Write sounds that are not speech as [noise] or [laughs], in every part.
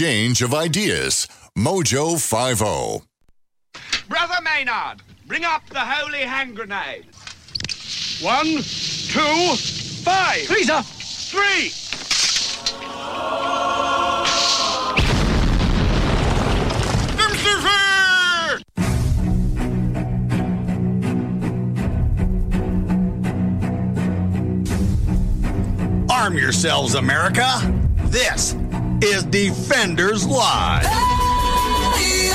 Change of ideas. Mojo oh. 50. Brother Maynard, bring up the holy hand grenade. One, two, five. Lisa! Three! Arm yourselves, America. This is Defenders Live. Here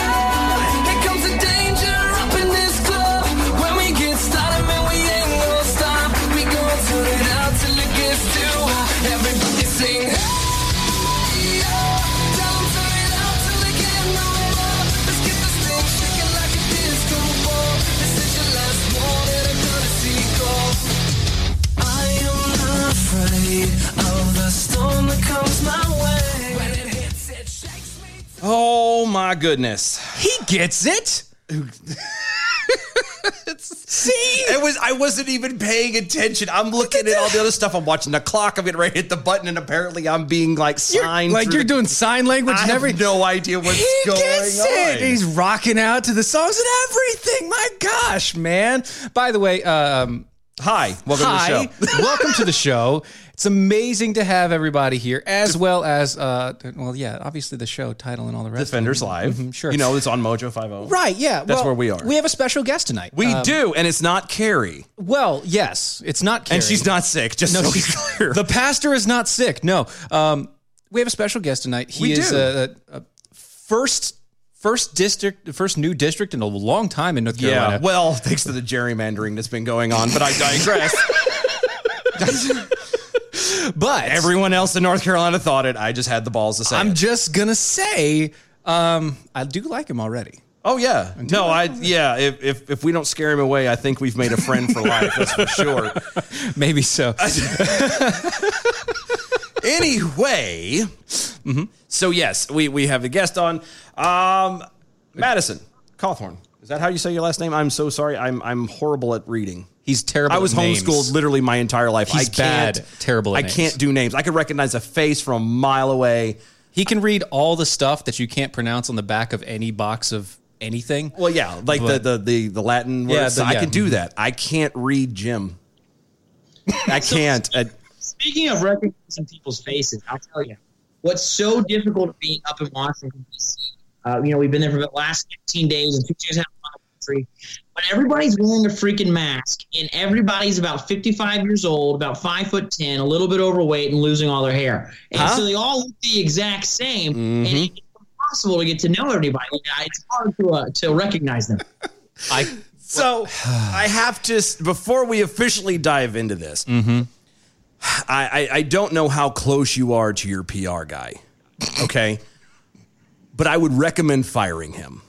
comes the danger up in this club. When we get started, man, we ain't gonna stop. We gonna turn it out till it gets too hot. Everybody sing. Hey, yo. Tell 'em turn it out till they can't no more. Let's get this thing shaking like a disco ball. This is your last warning, a courtesy call. I am not afraid of the storm that comes my way. When it hits, it shakes me. Oh my goodness. He gets it. See, It was I wasn't even paying attention. I'm looking at all the other stuff. I'm watching the clock. I'm getting ready to hit the button, and apparently I'm being like signed. like through you're the- doing sign language I and have everything. no idea what's He going gets on. it. He's rocking out to the songs and everything. My gosh, man! By the way, um, Hi, welcome hi, to [laughs] the show. welcome to the show. It's amazing to have everybody here, as well as uh, well, yeah, obviously the show title and all the [laughs] rest. Defenders Live. Mm-hmm, sure. You know, it's on Mojo 50. Right, yeah. That's well, where we are. We have a special guest tonight. We Uh, do, and it's not Carrie. well, yes. It's not Carrie. And she's not sick, just No, so we she's- clear. The pastor is not sick. No. Um, we have a special guest tonight. He We is do. A, a, a first first district, first new district in a long time in North yeah. Carolina. Well, thanks to the gerrymandering that's been going on, but I [laughs] digress. but Everyone else in North Carolina thought it. I just had the balls to say. I'm it. just gonna say, um, I do like him already. [laughs] Oh yeah. No, I yeah. If, if if we don't scare him away, I think we've made a friend for life. That's for sure. Maybe so. Anyway, Mm-hmm. so yes, we we have a guest on, um, Madison Cawthorn. Is that how you say your last name? I'm so sorry. I'm I'm horrible at reading. He's terrible. I was at names. homeschooled literally my entire life. He's I can't, bad, terrible at I names. can't do names. I could recognize a face from a mile away. He can read all the stuff that you can't pronounce on the back of any box of anything. Well, yeah, like But- the, the the the Latin Yeah, words. the- I yeah. can do that. I can't read Jim. I can't. I- Speaking of recognizing people's faces, I'll tell you what's so difficult being up in Washington D.C. Uh, you know, we've been there for the last 15 days and two years out of the country, but everybody's wearing a freaking mask, and everybody's about 55 years old, about five foot ten, a little bit overweight, and losing all their hair, and Huh? so they all look the exact same, and Mhm. it's impossible to get to know everybody. It's hard to uh, to recognize them. I So I have to s- before we officially dive into this. I, I I don't know how close you are to your PR guy, okay, but I would recommend firing him.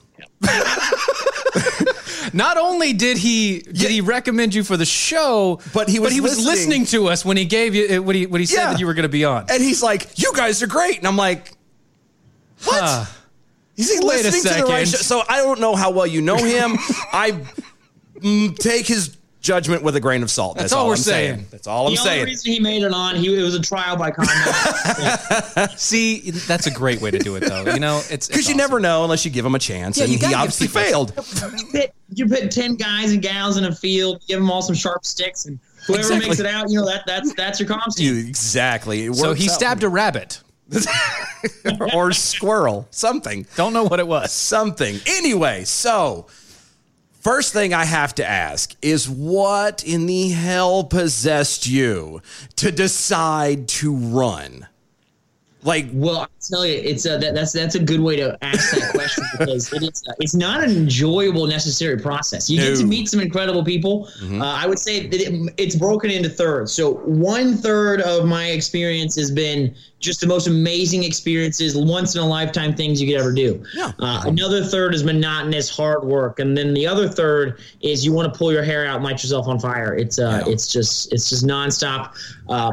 Not only did he did he recommend you for the show, But he was listening. listening. to us when he gave you uh, what he what he said Yeah. that you were going to be on. And he's like, "You guys are great," and I'm like, "What?" Huh. He's like, Wait a listening to the right second. show. So I don't know how well you know [laughs] him. I mm, take his judgment with a grain of salt. That's, all we're I'm saying. saying. That's all I'm the only saying. reason he made it on, he it was a trial [laughs] by combat. See, that's a great way to do it, though. You know, it's Because you never know unless you give him a chance, Yeah, and you gotta he give obviously people- failed. you pit you put ten guys and gals in a field, give them all some sharp sticks, and whoever Exactly. makes it out, you know that that's that's your comms team. You exactly. It So works he out. [laughs] stabbed a rabbit. [laughs] or squirrel, something, Don't know what [laughs] it was. something. Anyway, so first thing I have to ask is what in the hell possessed you to decide to run? Like Well, I tell you, it's a, that, that's that's a good way to ask that question because it is, uh, it's not an enjoyable necessary process. You get to No. Mm-hmm. meet some incredible people. Uh, I would say that it, it's broken into thirds. So one third of my experience has been just the most amazing experiences, once in a lifetime things you could ever do. Yeah. Uh, another third is monotonous hard work, and then the other third is you want to pull your hair out and light yourself on fire. It's uh, Yeah. it's just it's just nonstop. Uh,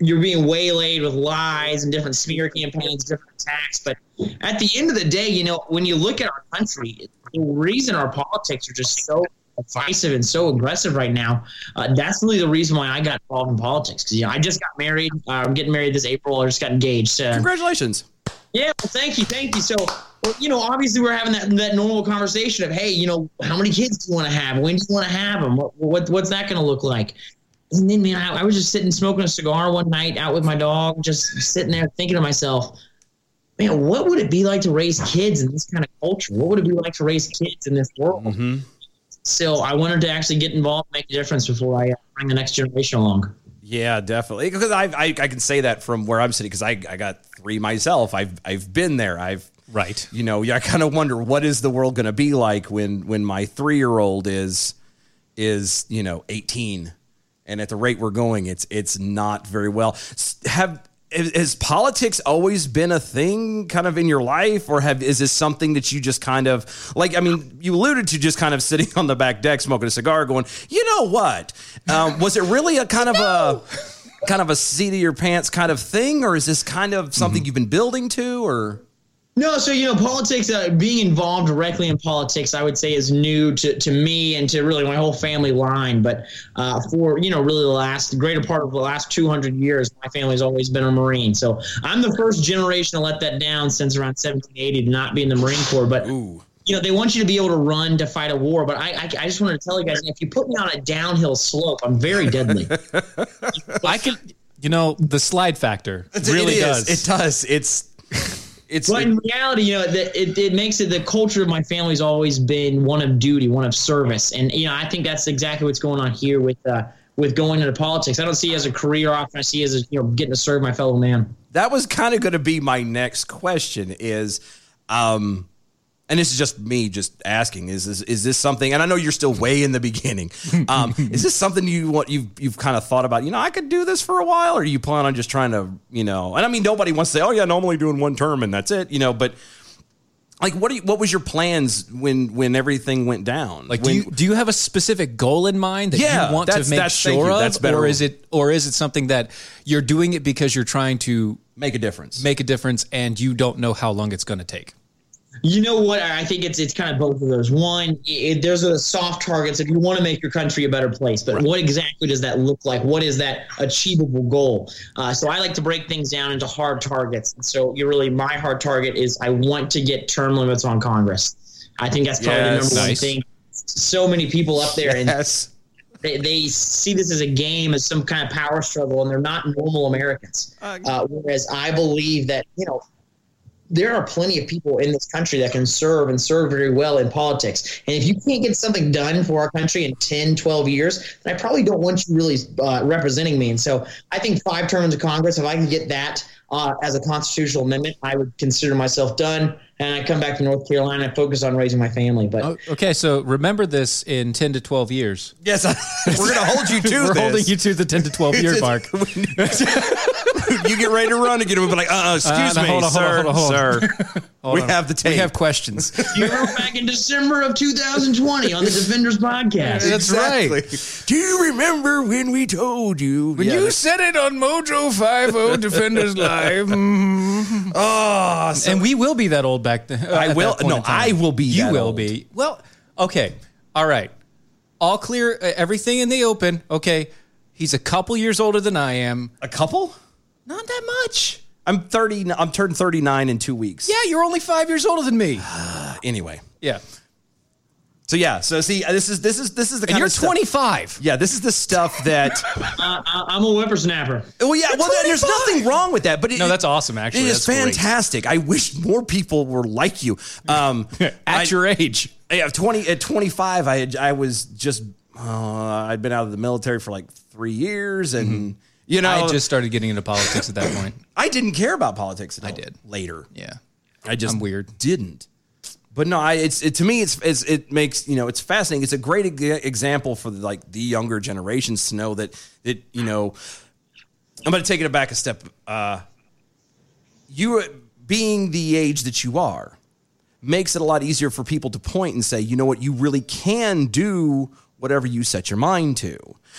you're being waylaid with lies and different smear campaigns, different attacks. But at the end of the day, you know when you look at our country, the reason our politics are just so divisive and so aggressive right now, uh, that's really the reason why I got involved in politics. Because you know I just got married. Uh, I'm getting married this April. I just got engaged. So congratulations. Yeah, well, thank you, thank you. So, well, you know, obviously we're having that that normal conversation of, hey, you know, how many kids do you want to have? When do you want to have them? What, what what's that going to look like? And then, man, I, I was just sitting smoking a cigar one night out with my dog, just sitting there thinking to myself, man, what would it be like to raise kids in this kind of culture? What would it be like to raise kids in this world? So, I wanted to actually get involved, make a difference before I uh, bring the next generation along. Yeah, definitely. Because I, I I can say that from where I'm sitting because I, I got three myself. I've I've been there. I've Right. you know yeah, I kind of wonder what is the world going to be like when when my three year old is is you know 18 and at the rate we're going it's it's not very well S- have has has politics always been a thing kind of in your life or have is this something that you just kind of like i mean you alluded to just kind of sitting [laughs] on the back deck smoking a cigar going you know what um, was it really a kind of a kind of a seat of your pants kind of thing or is this kind of something you've been building to or No, so you know, politics. Uh, being involved directly in politics, I would say, is new to, to me and to really my whole family line. But uh, for you know, really the last the greater part of the last two hundred years, my family's always been a Marine. So I'm the first generation to let that down since around 1780 to not be in the Marine Corps. But you know, they want you to be able to run to fight a war. But I, I, I just wanted to tell you guys, if you put me on a downhill slope, I'm very deadly. I can. You know the slide factor really it is. does. It does. It's it's But in reality, you know, the, it, it makes it the culture of my family's always been one of duty, one of service, and you know, I think that's exactly what's going on here with uh, with going into politics. I don't see it as a career option. I see it as you know, getting to serve my fellow man. that was kind of going to be my next question is um and this is just me just asking is this is this something and I know you're still way in the beginning. Um is this something you want you've you've kind of thought about, you know, I could do this for a while or you plan on just trying to, you know. And I mean nobody wants to say, "Oh yeah, no, I'm only doing one term and that's it," you know, but like what do you, what was your plans when when everything went down? Like, when, do you do you have a specific goal in mind that Yeah, you want that's- to make that's- thank sure you. of, That's better. or is it or is it something that you're doing it because you're trying to make a difference? make a difference and you don't know how long it's going to take? You know what? I think it's it's kind of both of those. One, it, there's a soft targets if you want to make your country a better place, but what exactly does that look like? What is that achievable goal? Uh, so I like to break things down into hard targets. And so you really, my hard target is I want to get term limits on Congress. I think that's probably Yes. the number one Nice. thing. So many people up there, and Yes. they, they see this as a game, as some kind of power struggle, and they're not normal Americans. Uh, whereas I believe that, you know, there are plenty of people in this country that can serve and serve very well in politics. And if you can't get something done for our country in 10, 12 years, then I probably don't want you really uh, representing me. And so I think five terms of Congress, if I can get that uh, as a constitutional amendment, I would consider myself done. And I come back to North Carolina and focus on raising my family. But Uh, O- Okay, so remember this in ten to twelve [laughs] years. Yes. we're going to hold you to [laughs] We're this. holding you to the ten to twelve [laughs] year mark. you get ready to run again, we'll be like, uh, uh excuse Uh, no, me, hold on, hold sir, on, hold on, [laughs] hold on. sir. we have the tape. We [laughs] have questions. you were back in December of 2020 on the Defenders podcast. That's right. right. Do you remember when we told you? When said it on Mojo Five [laughs] O Defenders Live, mm. oh, so- and we will be that old back then. I will- no, I will be You that will old. be. Well, okay, all right, all clear. uh, Everything in the open. Okay, he's a couple years older than I am. a couple? Not that much. I'm thirty. I'm turned thirty nine in two weeks. Yeah, you're only five years older than me. Anyway, [sighs] Yeah, so yeah. So see, uh, this is this is this is the and kind you're of stuff- 25. Yeah, this is the stuff [laughs] that. I, I, I'm a whippersnapper. well, yeah. Well, there's nothing wrong with that, but it, No, that's awesome. Actually, It is That's great. fantastic. I wish more people were like you. Um, [laughs] At I- your age, Yeah, twenty at twenty five, I had I was just uh, I'd been out of the military for like three years, and you know, Mm-hmm. I just started getting into politics at that point. I didn't care about politics. Until I did. later. [laughs] Yeah, I just I'm weird. Didn't. But no, I it's it, to me it's, it's it makes you know it's fascinating. It's a great ex- example for like the younger generations to know that that you know. I'm going to take it back a step. Uh, you being the age that you are makes it a lot easier for people to point and say, you know what, you really can do whatever you set your mind to.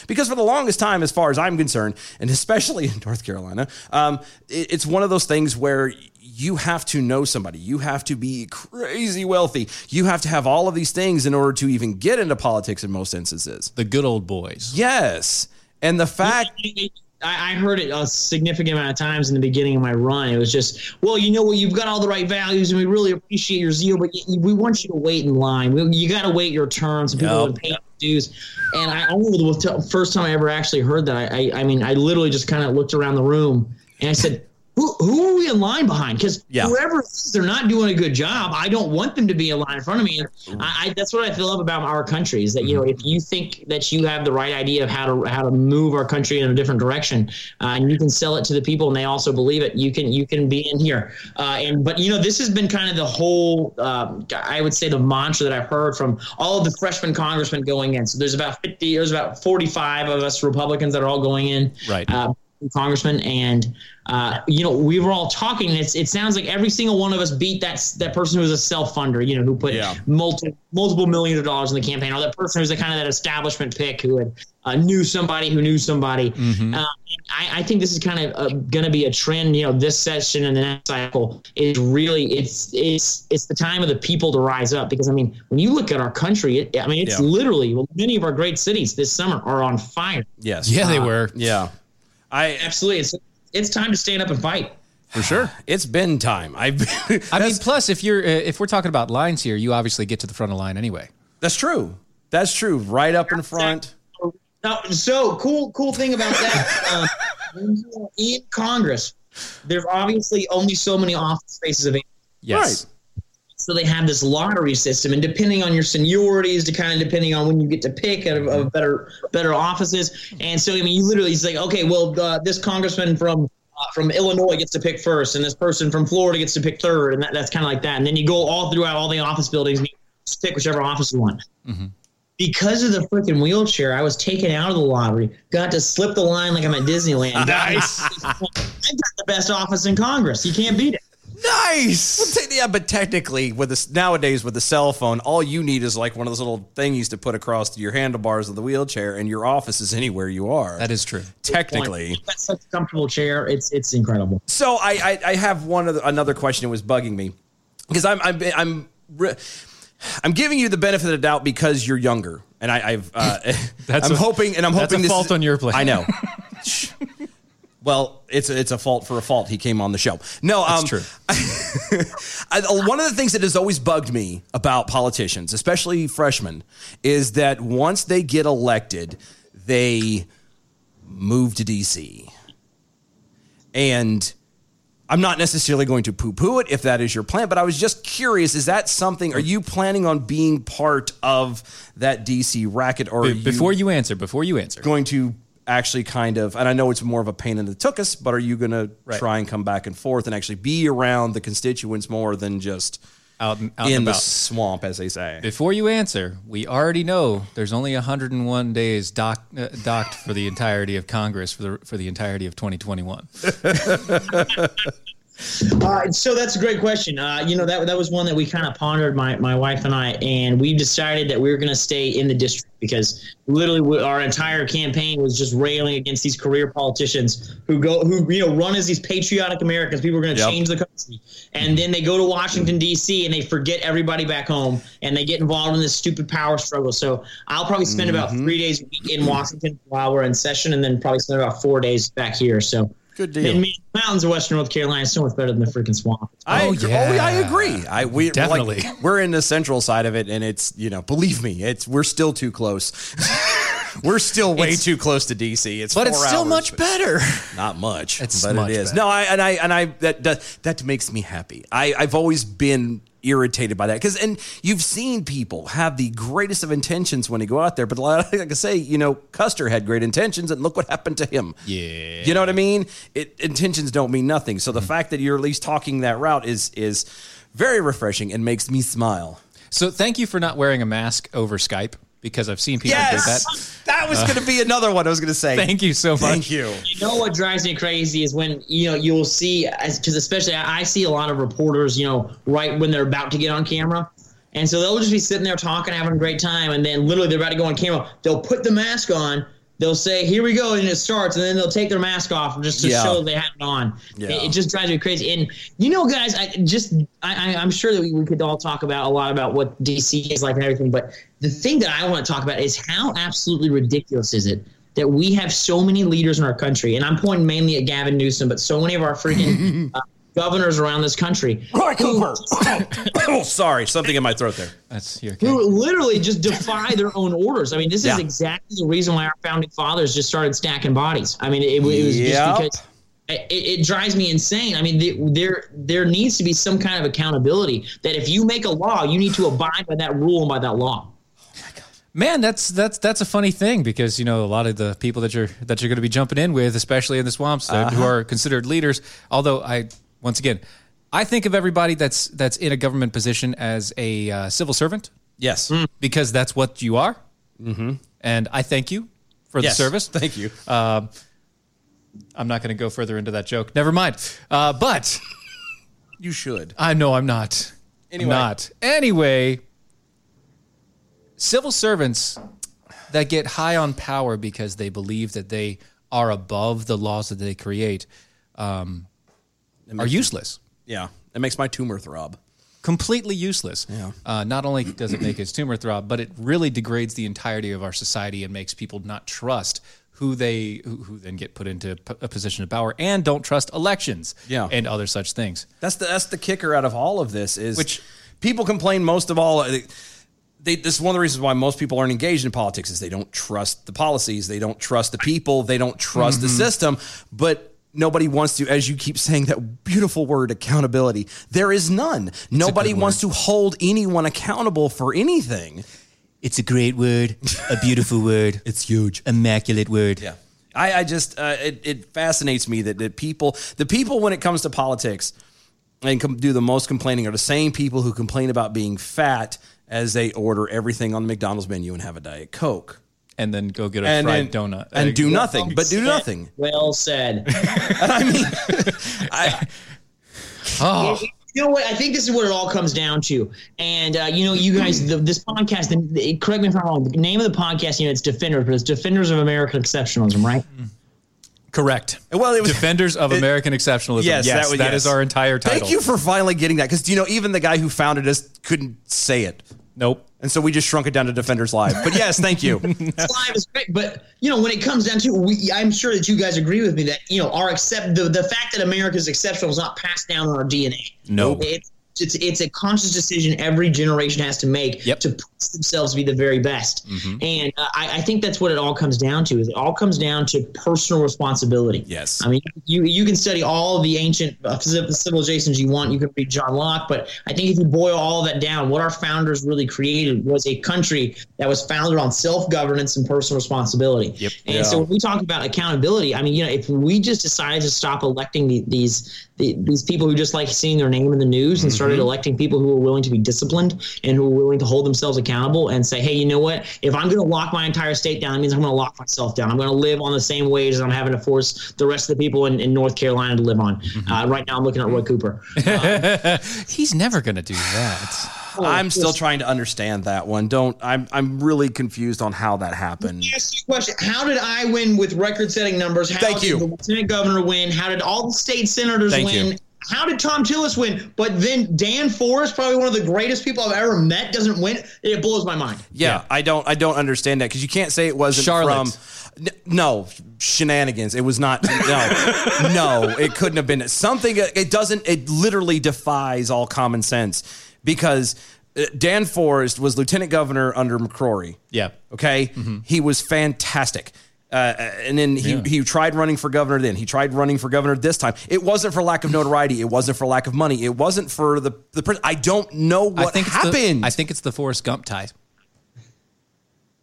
Because for the longest time, as far as I'm concerned, and especially [laughs] in North Carolina, um, it- it's one of those things where you have to know somebody. You have to be crazy wealthy. You have to have all of these things in order to even get into politics in most instances. the good old boys. Yes. And the fact You I, I heard it a significant amount of times in the beginning of my run. It was just, well, you know what, you've got all the right values, and we really appreciate your zeal, but y- y- we want you to wait in line. We, you got to wait your turn. Some people Yep. to pay dues. And I only the t- first time I ever actually heard that, I, I, I mean, I literally just kind of looked around the room and I said. Who, who are we in line behind? Because Yeah. whoever it is, they're not doing a good job. I don't want them to be in line in front of me. And I, I, that's what I feel up about our country is that you know if you think that you have the right idea of how to how to move our country in a different direction, uh, and you can sell it to the people, and they also believe it, you can you can be in here. Uh, and but you know this has been kind of the whole uh, I would say the mantra that I've heard from all of the freshman congressmen going in. So there's about fifty, there's about forty five of us Republicans that are all going in. Right. Uh, congressman and uh, you know we were all talking and it's, it sounds like every single one of us beat that that person who's a self-funder you know who put Yeah. multi, multiple millions of dollars in the campaign or that person who's the kind of that establishment pick who had uh, knew somebody who knew somebody Mm-hmm. uh, and I, I think this is kind of uh, going to be a trend you know this session and the next cycle is really it's it's it's the time of the people to rise up because i mean when you look at our country it, i mean it's Yeah. literally well, many of our great cities this summer are on fire Yes. Uh, Yeah, they were. Yeah. I absolutely it's it's time to stand up and fight for sure. [sighs] It's been time. I've [laughs] been, I mean, plus if you're uh, if we're talking about lines here, you obviously get to the front of the line anyway. that's true. That's true. Right up in front. Now, so cool, cool thing about that. um, [laughs] when you are in Congress, there's obviously only so many office spaces available. Yes. So they have this lottery system, and depending on your seniorities, to kind of depending on when you get to pick out of, of better better offices. And so I mean, you literally it's like, okay, well, uh, this congressman from uh, from Illinois gets to pick first, and this person from Florida gets to pick third, and that, that's kind of like that. And then you go all throughout all the office buildings, and you just pick whichever office you want because of the freaking wheelchair, I was taken out of the lottery. Got to slip the line like I'm at Disneyland. Nice. I got the best office in Congress. You can't beat it. Nice. Well, te- yeah, but technically, with this nowadays with the cell phone, all you need is like one of those little thingies to put across your handlebars of the wheelchair, and your office is anywhere you are. That is true. technically. that's such a comfortable chair. It's it's incredible. So I, I, I have one other, another question that was bugging me because I'm I'm I'm re- I'm giving you the benefit of the doubt because you're younger and I, I've uh, [laughs] I'm a- hoping and I'm [laughs] that's hoping a this fault is- on your plate. I [laughs] know. Shh. well, it's a, it's a fault for a fault. He came on the show. No, um, true. [laughs] I, uh, one of the things that has always bugged me about politicians, especially freshmen, is that once they get elected, they move to DC. And I'm not necessarily going to poo poo it if that is your plan, but I was just curious is that something? Are you planning on being part of that DC racket or are Be- before you you answer, before you answer, going to actually kind of, and I know it's more of a pain in the tuchus, but are you going to Right. try and come back and forth and actually be around the constituents more than just out, and- out in and the about. swamp, as they say? Before you answer, we already know there's only 101 days doc, uh, docked for the entirety of Congress for the for the entirety of 2021. Uh, so that's a great question. Uh, you know that that was one that we kind of pondered, my my wife and I, and we decided that we were going to stay in the district because literally we, our entire campaign was just railing against these career politicians who go who you know run as these patriotic Americans. People are going to Yep. change the country, and then they go to Washington D.C. and they forget everybody back home, and they get involved in this stupid power struggle. So I'll probably spend about three days a week in Washington while we're in session, and then probably spend about four days back here. So. Good And man, the mountains of Western North Carolina is so much better than the freaking swamp. I, Oh, agree. yeah. oh, yeah, I agree. I we definitely Definitely. like, [laughs] we're in the central side of it, and it's you know, believe me, it's we're still too close. [laughs] we're still way It's- too close to DC. It's four But it's still hours, much but better. Not much, It's but much it is. better. No, I and I and I that that, that makes me happy. I I've always been irritated by that because and you've seen people have the greatest of intentions when they go out there, but [laughs] like I say, you know, Custer had great intentions, and look what happened to him. Yeah. You know what I mean? It, intentions don't mean nothing. So the fact that you're at least talking that route is is very refreshing and makes me smile. So thank you for not wearing a mask over Skype because I've seen people do that. that was going to be another one. I was going to say. Thank you so much. Thank you. You know what drives me crazy is when you know you'll see because especially I I see a lot of reporters you know right when they're about to get on camera, and so they'll just be sitting there talking, having a great time, and then literally they're about to go on camera. They'll put the mask on. They'll say, "Here we go," and it starts, and then they'll take their mask off just to Yeah. show they had it on. Yeah. It, it just drives me crazy. And you know, guys, I just I, I, I'm sure that we, we could all talk about a lot about what DC is like and everything, but the thing that I want to talk about is how absolutely ridiculous is it that we have so many leaders in our country, and I'm pointing mainly at Gavin Newsom, but so many of our freaking uh, governors around this country Roy Cooper. oh, [coughs] sorry, something in my throat there. That's your who literally [laughs] just defy their own orders. I mean, this Yeah. is exactly the reason why our founding fathers just started stacking bodies. I mean, it, it was Yep. just because it, it drives me insane. I mean, the, there there needs to be some kind of accountability that if you make a law, you need to abide by that rule and by that law. Man, that's that's that's a funny thing because you know a lot of the people that you're that you're going to be jumping in with, especially in the swamps, that Uh-huh. who are considered leaders. Although I, once again, I think of everybody that's that's in a government position as a uh, civil servant Yes. because that's what you are. Mm-hmm. And I thank you for Yes. the service. [laughs] Thank you. Uh, I'm not going to go further into that joke. Never mind. Uh, but you should. I know I'm not. Anyway. Not. Anyway, civil servants that get high on power because they believe that they are above the laws that they create um, are useless. Yeah. It makes my tumor throb. Completely useless. Uh, not only does it make his tumor throb, but it really degrades the entirety of our society and makes people not trust who they who, who then get put into p- a position of power and don't trust elections Yeah. and other such things. That's the that's the kicker out of all of this is Which- people complain most of all. They, they, this is one of the reasons why most people aren't engaged in politics is they don't trust the policies, they don't trust the people, they don't trust the system. But nobody wants to, as you keep saying that beautiful word accountability. There is none. nobody wants to hold anyone accountable for anything. It's a great word, a [laughs] beautiful word, It's huge. immaculate word. Yeah. I, I just, uh, it, it fascinates me that, that people, the people when it comes to politics and com- do the most complaining are the same people who complain about being fat as they order everything on the McDonald's menu and have a Diet Coke. and then go get a And, fried and- donut and Uh, do [laughs] nothing, but do [laughs] Said- nothing. Well said. I, Oh, You know what? I think this is what it all comes down to. And uh, you know, you guys, the, this podcast. The, the- correct me if I'm wrong. The name of the podcast, you know, it's Defenders, but it's Defenders of American Exceptionalism, right? correct. well, it was, Defenders of American exceptionalism. yes, Yes, that was- that yes. is our entire title. thank you for finally getting that. Because, you know, even the guy who founded us couldn't say it. Nope. And so we just shrunk it down to Defenders Live. But yes, thank you. [laughs] [laughs] Live is great, but you know when it comes down to, it, we, I'm sure that you guys agree with me that you know our accept the, the fact that America is exceptional is not passed down in our DNA. Nope. it's it's, it's a conscious decision every generation has to make Yep. to push themselves to be the very best, and uh, I, I think that's what it all comes down to. Is it all comes down to personal responsibility. Yes. I mean you you can study all the ancient uh, civ- civilizations you want. You can read John Locke, but I think if you boil all that down, what our founders really created was a country that was founded on self governance and personal responsibility. Yep. And so when we talk about accountability, I mean, you know, if we just decided to stop electing the, these the, these people who just like seeing their name in the news and Mm-hmm. started electing people who are willing to be disciplined and who are willing to hold themselves accountable and say, hey, you know what? If I'm going to lock my entire state down, it means I'm going to lock myself down. I'm going to live on the same wage as I'm having to force the rest of the people in, in North Carolina to live on. Mm-hmm. Uh, right now, I'm looking at Roy Cooper. He's never going to do that. [sighs] I'm still trying to understand that one. Don't, I'm, I'm really confused on how that happened. Let me ask you a question. How did I win with record-setting numbers? How Thank did you. The lieutenant governor win. How did all the state senators Thank win? you. How did Tom Tillis win? But then Dan Forrest, probably one of the greatest people I've ever met, doesn't win. It blows my mind. Yeah, I don't I don't understand that because you can't say it wasn't Charlotte. from N- no shenanigans. It was not [laughs] no no. It couldn't have been something. It doesn't. It literally defies all common sense because uh, Dan Forrest was lieutenant governor under McCrory. Yeah. Mm-hmm. Okay. He was fantastic. Uh, and then he, he tried running for governor then. He tried running for governor this time. It wasn't for lack of notoriety. It wasn't for lack of money. It wasn't for the, the pres- I don't know what I think It's happened. the, I think it's the Forrest Gump tie.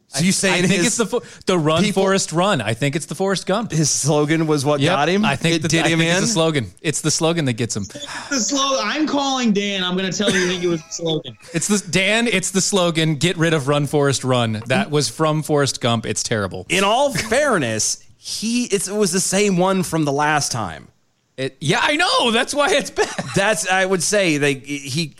so you saying I think his- it's the fo- the run people- Forrest run. I think it's the Forrest Gump. his slogan was what Yep. got him. I think it the, did I him think in. It's the slogan. It's the slogan that gets him. The slow. I'm calling Dan. I'm going to tell you. I think it was the slogan. It's the Dan. It's the slogan. Get rid of run Forrest run. That was from Forrest Gump. It's terrible. in all fairness, he it's, it was the same one from the last time. It, yeah, I know. That's why it's bad. That's I would say they he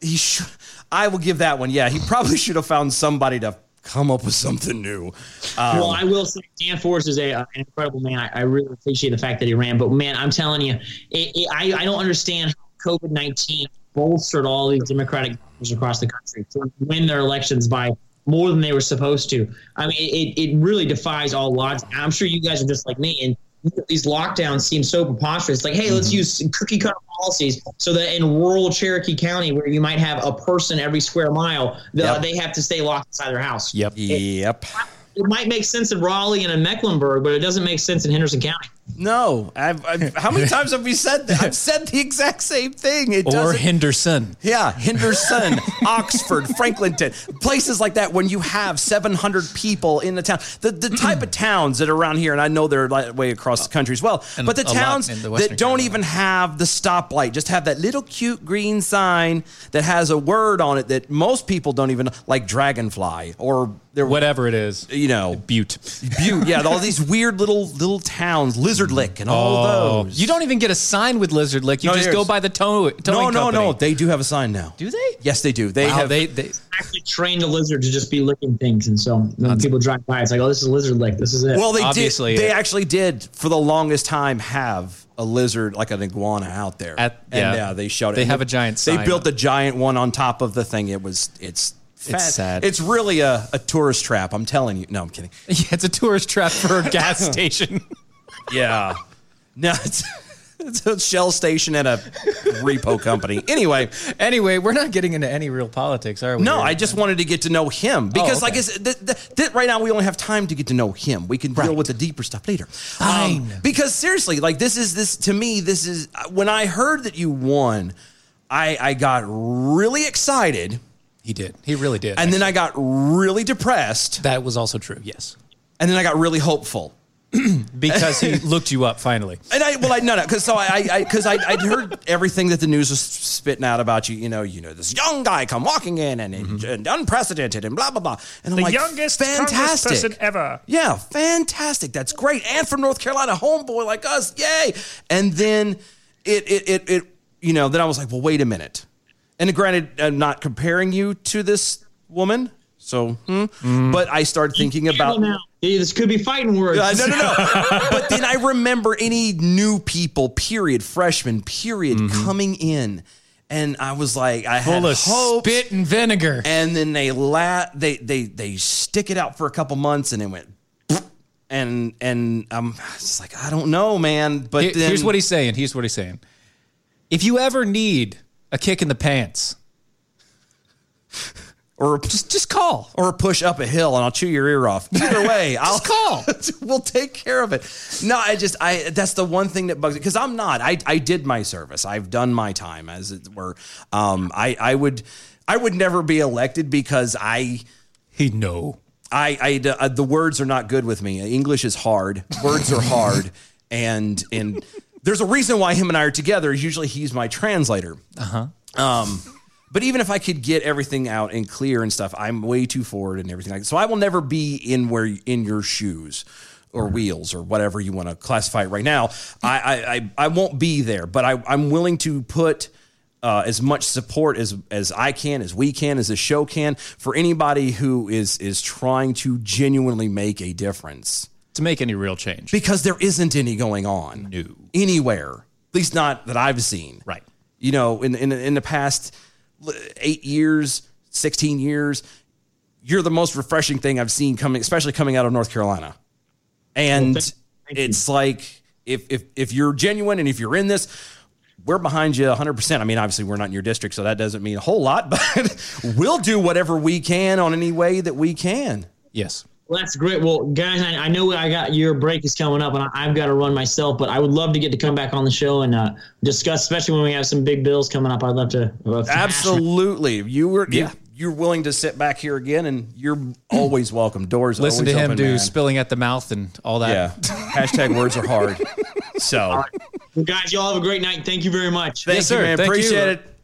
he should. I will give that one. Yeah, he probably should have found somebody to come up with something new. Uh, well, I will say Dan Forrest is a, uh, an incredible man. I, I really appreciate the fact that he ran. But man, I'm telling you, it, it, I, I don't understand how COVID 19 bolstered all these Democratic governors across the country to win their elections by more than they were supposed to. I mean, it, it really defies all logic. I'm sure you guys are just like me, and these lockdowns seem so preposterous. Like, hey, let's use cookie cutter policies so that in rural Cherokee County, where you might have a person every square mile, the, Yep. they have to stay locked inside their house. Yep. Yep. It might make sense in Raleigh and in Mecklenburg, but it doesn't make sense in Henderson County. No. I've, I've, how [laughs] many times have we said that? I've said the exact same thing. It Or doesn't Henderson. Yeah, Henderson, [laughs] Oxford, Franklinton, places like that. When you have seven hundred people in the town, the [clears throat] the type of towns that are around here, and I know they're like way across the country as well. And but the a lot towns in the that Western don't Carolina. even have the stoplight, just have that little cute green sign that has a word on it that most people don't even like, dragonfly or there, Whatever it is. you know, Butte. Butte. Yeah, all these weird little little towns, Lizard Lick, and all those. Oh. You don't even get a sign with Lizard Lick. You No, just there's- go by the tow- towing No, no, company. no. They do have a sign now. Do they? Yes, they do. They Wow, have. they, they, Actually, trained a lizard to just be licking things, and so when people drive by, it's like, oh, this is a lizard lick. This is it. Well, they Obviously, did. They it- actually did for the longest time have a lizard, like an iguana, out there. At- and yeah. yeah, they showed it. They And have a giant They sign. built a giant one on top of the thing. It was. It's. fat- sad. It's really a, a tourist trap. I'm telling you. No, I'm [laughs] kidding. yeah, it's a tourist trap for a [laughs] gas station. Yeah. [laughs] no, it's, [laughs] it's a shell station at a repo company. Anyway. anyway, we're not getting into any real politics, are we? No, Here? I just wanted to get to know him because, Oh, okay. like, it's, th- th- th- right now we only have time to get to know him. We can deal with the deeper stuff later. Um, Fine. because seriously, like, this is this to me. This is when I heard that you won, I I got really excited, He did. He really did. and then I got really depressed, that was also true, yes. and then I got really hopeful. Because [laughs] he looked you up finally. And I well, I no no because so I because I, 'cause I I'd heard everything that the news was spitting out about you. You know, you know this young guy come walking in and, and unprecedented and blah blah blah. And Mm-hmm. I'm The like, youngest fantastic congressperson ever. Yeah, fantastic. That's great. And from North Carolina, homeboy like us, yay! And then it it it, it you know then I was like, well, wait a minute. And granted, I'm not comparing you to this woman, so hmm, but I started thinking about. now. Yeah, this could be fighting words. Uh, no, no, no. [laughs] but then I remember any new people, period, freshmen, period, coming in, and I was like, I had Mm-hmm. Full of hope, spit and vinegar. and then they la- they they they stick it out for a couple months, and it went, and and I'm just like, I don't know, man. But Here- then, here's what he's saying. Here's what he's saying. If you ever need a kick in the pants, or just just call, or push up a hill, and I'll chew your ear off. [laughs] Either way, I'll call. [laughs] we'll take care of it. No, I just I that's the one thing that bugs me because I'm not. I I did my service. I've done my time, as it were. Um, I I would I would never be elected because I. he no. I, I uh, the words are not good with me. English is hard. Words are [laughs] hard, and and there's a reason why him and I are together. Usually, he's my translator. Uh huh. Um, but even if I could get everything out and clear and stuff, I'm way too forward and everything like. So I will never be in where in your shoes. Or wheels, or whatever you want to classify it right now. I I, I, I won't be there, but I, I'm willing to put uh, as much support as as I can, as we can, as the show can, for anybody who is is trying to genuinely make a difference. To make any real change. Because there isn't any going on No. anywhere, at least not that I've seen. Right. You know, in in in the past l- eight years, sixteen years, you're the most refreshing thing I've seen coming, especially coming out of North Carolina. And it's like if if if you're genuine and if you're in this, we're behind you 100%. I mean, obviously we're not in your district, so that doesn't mean a whole lot, [laughs] but we'll do whatever we can on any way that we can. Yes. Well, that's great. Well, guys, I, I know I got your break is coming up, and I, I've got to run myself. But I would love to get to come back on the show and uh, discuss, especially when we have some big bills coming up. I'd love to. uh, I'd love to hash Absolutely. You were Yeah. you, you're willing to sit back here again and you're always welcome. Doors are Listen to always him open, do man. spilling at the mouth and all that. Yeah. [laughs] Hashtag words are hard. So my- guys, y'all have a great night. Thank you very much. thank Yes, you, sir. man. Thank you. Appreciate it.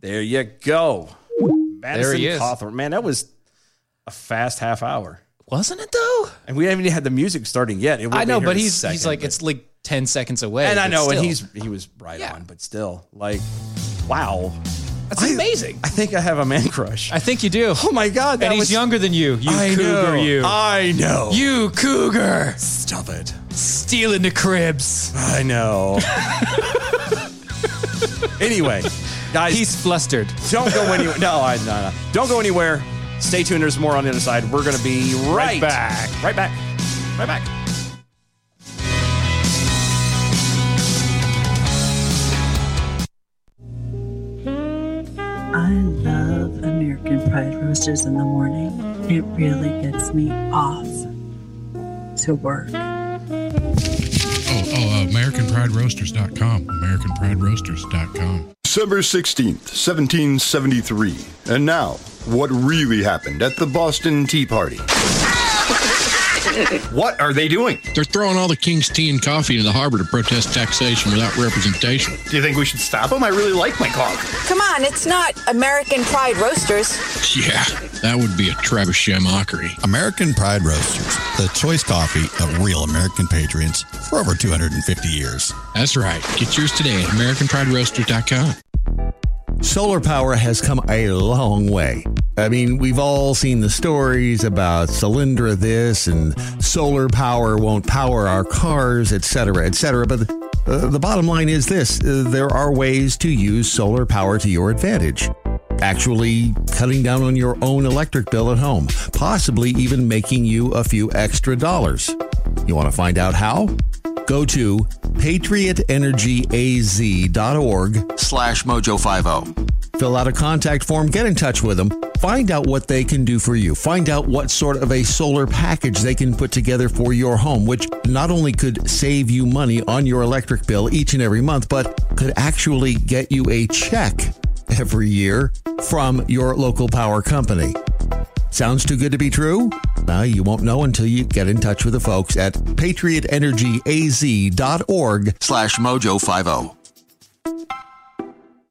There you go. Madison he is. Cawthorn. Man, that was a fast half hour. Wasn't it though? And we haven't even had the music starting yet. It will I be know, here but in a he's he's second, like but- it's like ten seconds away. and I but know, still. and he's he was right Yeah. on, but still, like, wow, that's amazing. I think I have a man crush. I think you do. oh my god, that and he's was, younger than you. You I cougar, know. Uh, you. I know. you cougar. Stop it. Stealing the cribs. I know. anyway, guys, He's flustered. don't go anywhere. No, I, no, no. Don't go anywhere. Stay tuned. There's more on the other side. We're going to be right, back. Right back. Right back. I love American Pride Roasters in the morning. It really gets me off to work. Oh, oh, uh, AmericanPrideRoasters.com. AmericanPrideRoasters.com. December 16th, 1773. And now, what really happened at the Boston Tea Party? What are they doing? They're throwing all the king's tea and coffee into the harbor to protest taxation without representation. Do you think we should stop them? I really like my coffee. Come on, it's not American Pride Roasters. Yeah, that would be a trebuchet mockery. American Pride Roasters, the choice coffee of real American patriots for over 250 years. That's right. Get yours today at AmericanPrideRoasters.com. Solar power has come a long way. I mean, we've all seen the stories about Solyndra this and solar power won't power our cars, etc., etc. But uh, the bottom line is this uh, there are ways to use solar power to your advantage. Actually, cutting down on your own electric bill at home, possibly even making you a few extra dollars. You want to find out how? Go to patriotenergyaz.org slash mojo50. Fill out a contact form, get in touch with them, find out what they can do for you, find out what sort of a solar package they can put together for your home, which not only could save you money on your electric bill each and every month, but could actually get you a check every year from your local power company. Sounds too good to be true? Now you won't know until you get in touch with the folks at patriotenergyaz.org slash oh. mojo50.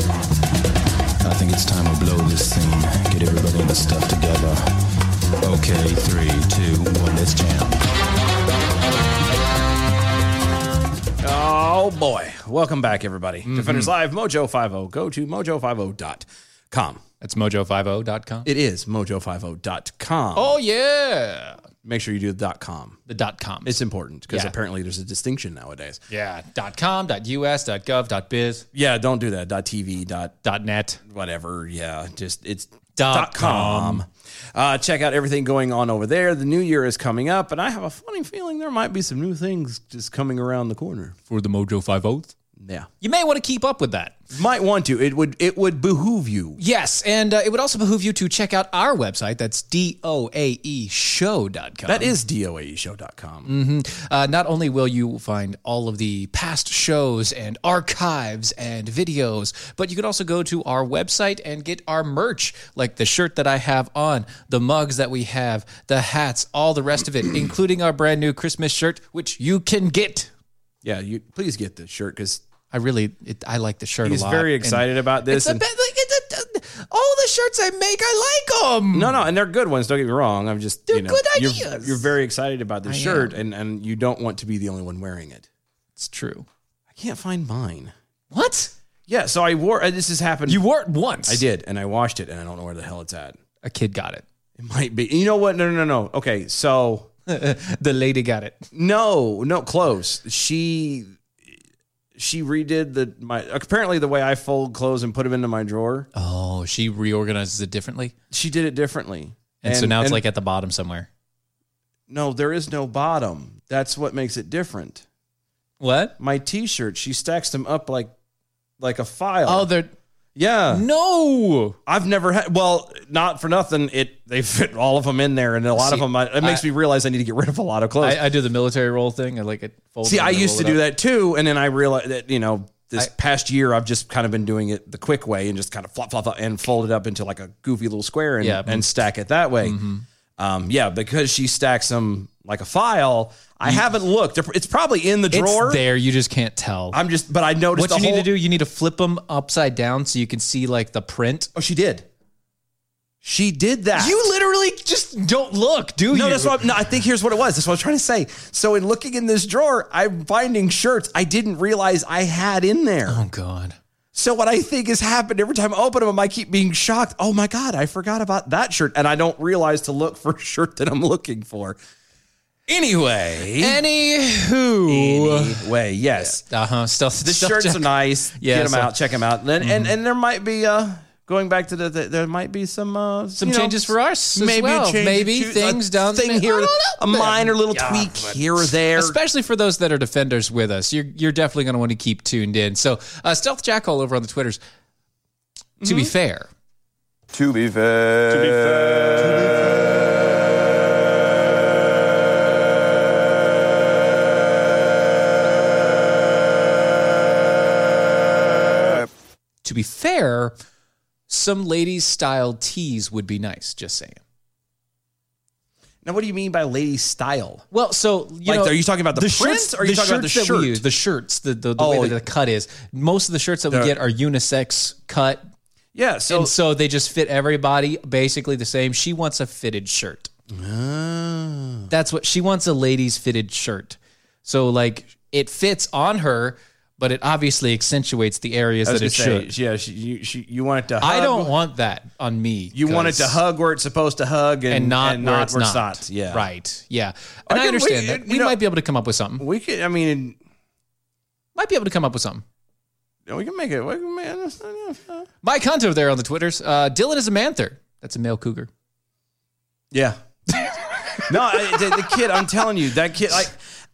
I think it's time to blow this scene. Get everybody and the stuff together. Okay, three, two, one, let's jam. Oh boy. Welcome back, everybody. Defenders Live, Mojo50. Go to mojo50.com. That's mojo50.com. It is mojo50.com. Oh, yeah. Make sure you do the dot .com. The dot com. It's important because Yeah. apparently there's a distinction nowadays. yeah. Dot com, dot us, dot gov, dot biz, Yeah, don't do that. Dot .tv, dot dot net. whatever. Yeah, just it's Dot dot com. Uh, check out everything going on over there. The new year is coming up, and I have a funny feeling there might be some new things just coming around the corner. For the Mojo oh. 50. Yeah, You may want to keep up with that. might want to. It would it would behoove you. Yes, and uh, it would also behoove you to check out our website. That's E doaeshow.com. That is doaeshow.com. Uh, not only will you find all of the past shows and archives and videos, but you can also go to our website and get our merch, like the shirt that I have on, the mugs that we have, the hats, all the rest [clears throat] of it, including our brand new Christmas shirt, which you can get. Yeah, you please get the shirt because I really, it, I like the shirt he's a lot. very and excited about this. it's a and- bit like, it's a- it's a- all the shirts I make, I like them. No, no, and they're good ones. Don't get me wrong. I'm just They're you know, good you're- You're, ideas. very excited about this I shirt, am. and and you don't want to be the only one wearing it. It's true. I can't find mine. What? Yeah, so I wore. uh, This has happened. You wore it once. I did, and I washed it, and I don't know where the hell it's at. A kid got it. It might be. You know what? No, no, no, no. Okay, so The lady got it. no, no, close. She she redid the my apparently the way I fold clothes and put them into my drawer. Oh, she reorganizes it differently. She did it differently, And, so now it's like at the bottom somewhere. no, there is no bottom. That's what makes it different. What? My T-shirt, she stacks them up like like a file. Oh, they're yeah. no. I've never had. Well, not for nothing. It they fit all of them in there, and a lot of See, them. I, it makes I- me realize I need to get rid of a lot of clothes. I, I do the military roll thing. I like it. Fold See, it I and used to roll do it up. that too, and then I realized that you know this I- past year I've just kind of been doing it the quick way and just kind of flop, flop, flop, and fold it up into like a goofy little square and Yeah. Mm-hmm. and stack it that way. Um, yeah, because she stacks them like a file. I haven't looked. It's probably in the drawer. It's there. You just can't tell. I'm just, but I noticed what you the need whole- to do, you need to flip them upside down so you can see like the print. Oh, she did. She did that. You literally just don't look, do Ah. No, you? that's what. I'm, no, I think here's what it was. That's what I was trying to say. So in looking in this drawer, I'm finding shirts I didn't realize I had in there. Oh God. So what I think has happened every time I open them, I keep being shocked. Oh my God, I forgot about that shirt, and I don't realize to look [laughs] for a shirt that I'm looking for. Anyway, Anywho. anyway, yes. Uh huh. Stuff. The stuff shirts check. are nice. [laughs] Yeah, get them so- Mm-hmm. out. Check them out. And, and and there might be uh going back to the, the there might be some uh Some you know, changes for us as maybe a well. change maybe to- a things Oh, down thing [laughs] here, a minor little tweak here or there. Especially for those that are defenders with us, you're you're definitely going to want to keep tuned in. So, uh, Stealth Jackal over on the Twitters. To be fair, To be fair. To be fair. to be fair, some ladies style tees would be nice. Just saying. Now, what do you mean by lady style? Well, so like, are you talking about the, print, shirts- or are you talking about the shirts that shirt? we use, the shirts, the the, the Oh, way that the cut is. Most of the shirts that we They're- get are unisex cut. Yeah, so and so they just fit everybody basically the same. She wants a fitted shirt. Ah. That's what she wants a ladies fitted shirt. So like it fits on her, but it obviously accentuates the areas I was that it gonna say, should. Yeah, she, you she, you want it to. Hug, I don't want that on me. You want it to 'cause- hug where it's supposed to hug, and, and not and where where it's where not. Yeah, Right. Yeah. And I I, can- understand we- that. you We know- might be able to come up with something. We could. I mean, might be able to come up with something. We can make it. We can make it. Mike Hunt over there on the Twitters. Uh, Dylan is a manther. That's a male cougar. Yeah. [laughs] no, I, the, the kid. I'm telling you, that kid. Like,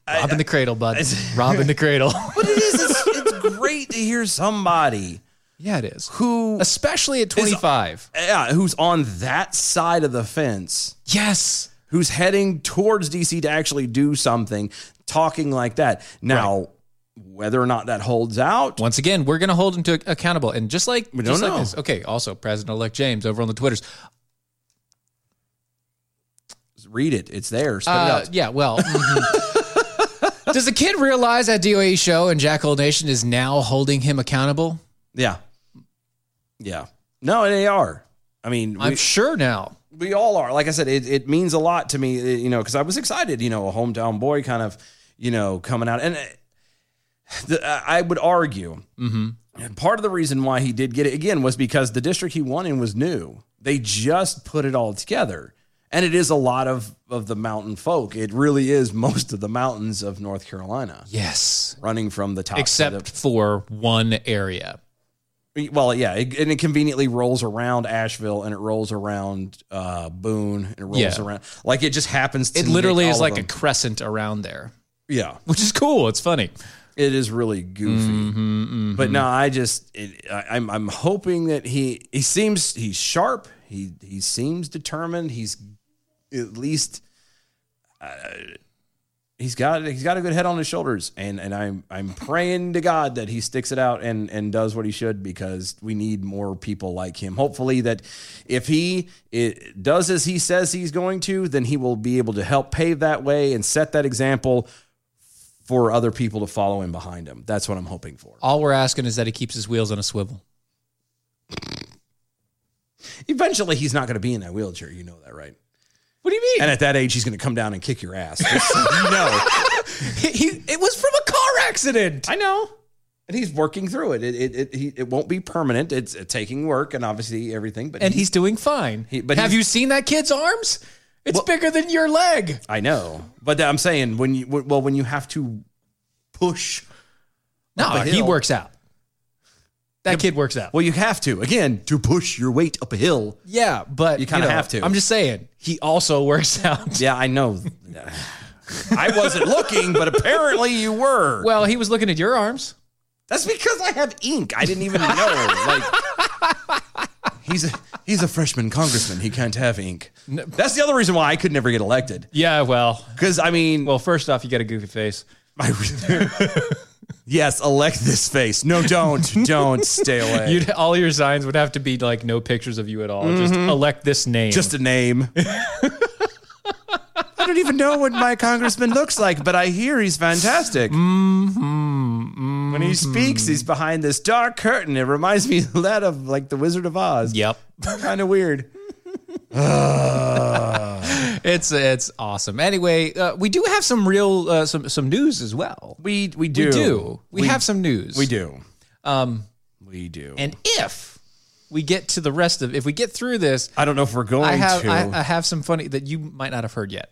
Robbing the cradle, bud. Robbing [laughs] the cradle. [laughs] but it is. It's, it's great to hear somebody. Yeah, it is. Who, especially at 25, yeah, who's on that side of the fence? Yes, who's heading towards DC to actually do something, talking like that. Now, whether or not that holds out, Once again, we're going to hold him to accountable. And just like we don't just like know. this. Okay. Also, President-elect James over on the Twitters. read it. It's there. Spit Uh, it out. yeah. [laughs] Well. mhm. Does the kid realize that DOE show and Jackal Nation is now holding him accountable? Yeah. Yeah. No, they are. I mean, I'm sure now. We all are. Like I said, it, it means a lot to me, uh, you know, because I was excited, you know, a hometown boy kind of, you know, coming out. And uh, the, uh, I would argue Mm-hmm. And part of the reason why he did get it again was because the district he won in was new. They just put it all together. And it is a lot of, of the mountain folk. It really is most of the mountains of North Carolina. Yes. Running from the top. to Except for one area. the- well, yeah. It, and it conveniently rolls around Asheville and it rolls around uh, Boone and it rolls Yeah. around. Like it just happens to It literally make is all of like a them. crescent around there. Yeah. Which is cool. It's funny. It is really goofy. But no, I just it, I, I'm I'm hoping that he he seems he's sharp. He he seems determined. He's at least uh, he's got he's got a good head on his shoulders, and and I'm I'm praying to God that he sticks it out and and does what he should because we need more people like him. Hopefully that if he it does as he says he's going to, then he will be able to help pave that way and set that example for other people to follow in behind him. That's what I'm hoping for. All we're asking is that he keeps his wheels on a swivel. Eventually, he's not going to be in that wheelchair. You know that, right? What do you mean? And at that age, he's going to come down and kick your ass. [laughs] Just so you know. [laughs] he, it was from a car accident. I know. And he's working through it. It it it, he, it won't be permanent. It's uh, taking work and obviously everything. But And he's doing fine. but Have he's- you seen that kid's arms? It's bigger than your leg. I know. But I'm saying when you well when you have to push. No, up a he hill- works out. That kid works out. Well, you have to again to push your weight up a hill. Yeah, but You kinda know, have to. I'm just saying, he also [laughs] works out. Yeah, I know. [sighs] I wasn't looking, but apparently you were. Well, he was looking at your arms. That's because I have ink. I didn't even know. Like he's a he's a freshman congressman. He can't have ink. That's the other reason why I could never get elected. Yeah, well, because I mean, well, first off, you got a goofy face. Yes, elect this face. No, don't, don't. Stay away. You'd, all your signs would have to be like no pictures of you at all. Just Mhm. elect this name. Just a name. I don't even know what my congressman looks like, but I hear he's fantastic. When he speaks, he's behind this dark curtain. It reminds me of that of like the Wizard of Oz. Yep. kind of weird. it's it's awesome. Anyway, uh, we do have some real uh, some some news as well. We we We do. do. We, We- have some news. we do. Um, we do. And if we get to the rest of, if we get through this, I don't know if we're going I have to. I, I have some funny that you might not have heard yet.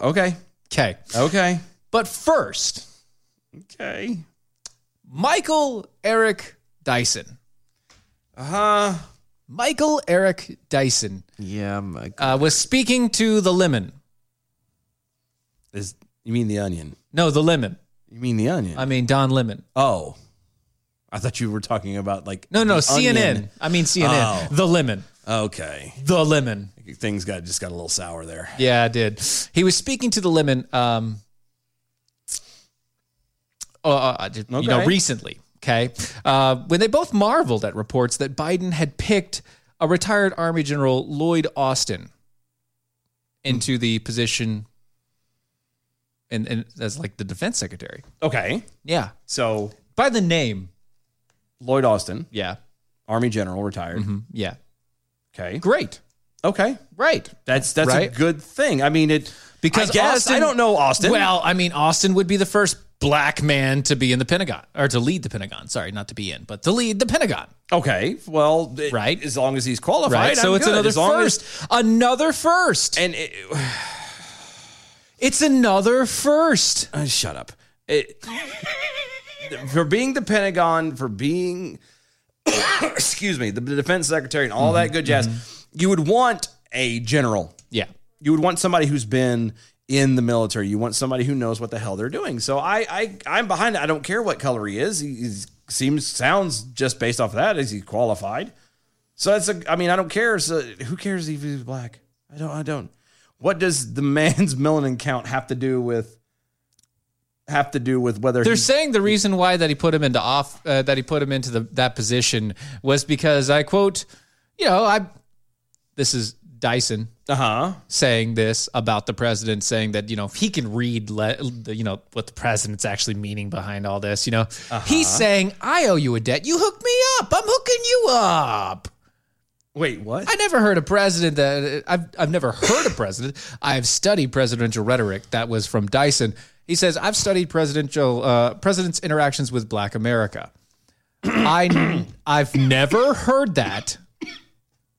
okay. Okay. Okay. But first, okay, Michael Eric Dyson. Uh huh. Michael Eric Dyson Yeah, my uh, was speaking to the lemon. Is you mean the onion? No, the lemon. You mean the onion? I mean Don Lemon. Oh, I thought you were talking about like No, no, the CNN. Onion. I mean Oh. CNN. The lemon. Okay, the lemon. Things got just got a little sour there. Yeah, I did. He was speaking to the lemon. Um, uh, uh, you know, Okay. recently. Okay, uh, when they both marveled at reports that Biden had picked a retired Army General Lloyd Austin into the position, and and as like the defense secretary. Okay. Yeah. So by the name, Lloyd Austin. Yeah. Army general retired. Yeah. Okay. Great. Okay. Right. That's that's Right? a good thing. I mean it Because I guess Austin- I don't know Austin. Well, I mean, Austin would be the first black man to be in the Pentagon or to lead the Pentagon. Sorry, not to be in, but to lead the Pentagon. Okay. Well, right. As long as he's qualified. Right. So I'm it's good. another As long as- first. another first. And it, it's another first. Uh, shut up. It, for being the Pentagon, for being, [coughs] excuse me, the defense secretary and all that good jazz, you would want a general. Yeah. You would want somebody who's been in the military. You want somebody who knows what the hell they're doing. So I, I I'm behind it. I don't care what color he is. He he's, seems, sounds just based off of that. Is he qualified? So that's a, I mean, I don't care. So who cares if he's black? I don't, I don't. What does the [laughs] man's melanin count have to do with, have to do with whether They're he's- saying the reason why that he put him into off uh, that he put him into the that position was because I quote, you know, I this is Dyson, uh-huh, saying this about the president saying that, you know, if he can read le- the- you know what the president's actually meaning behind all this, you know. He's saying, "I owe you a debt. You hooked me up. I'm hooking you up." Wait, what? I never heard a president that I've I've never heard a president. I've studied presidential rhetoric. That was from Dyson. He says I've studied presidential uh, presidents' interactions with Black America. I I've never heard that.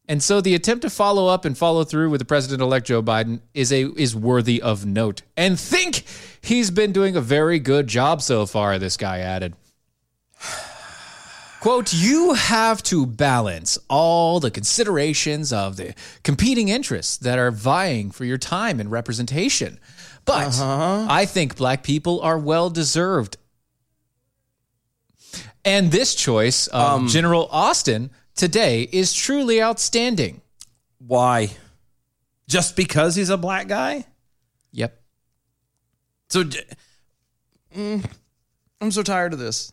And so the attempt to follow up and follow through with the president-elect Joe Biden is a is worthy of note. And think he's been doing a very good job so far, this guy added. Quote, you have to balance all the considerations of the competing interests that are vying for your time and representation. But I think black people are well deserved. And this choice of Um, General Austin today is truly outstanding. Why? Just because he's a black guy? Yep. So, d- mm, I'm so tired of this.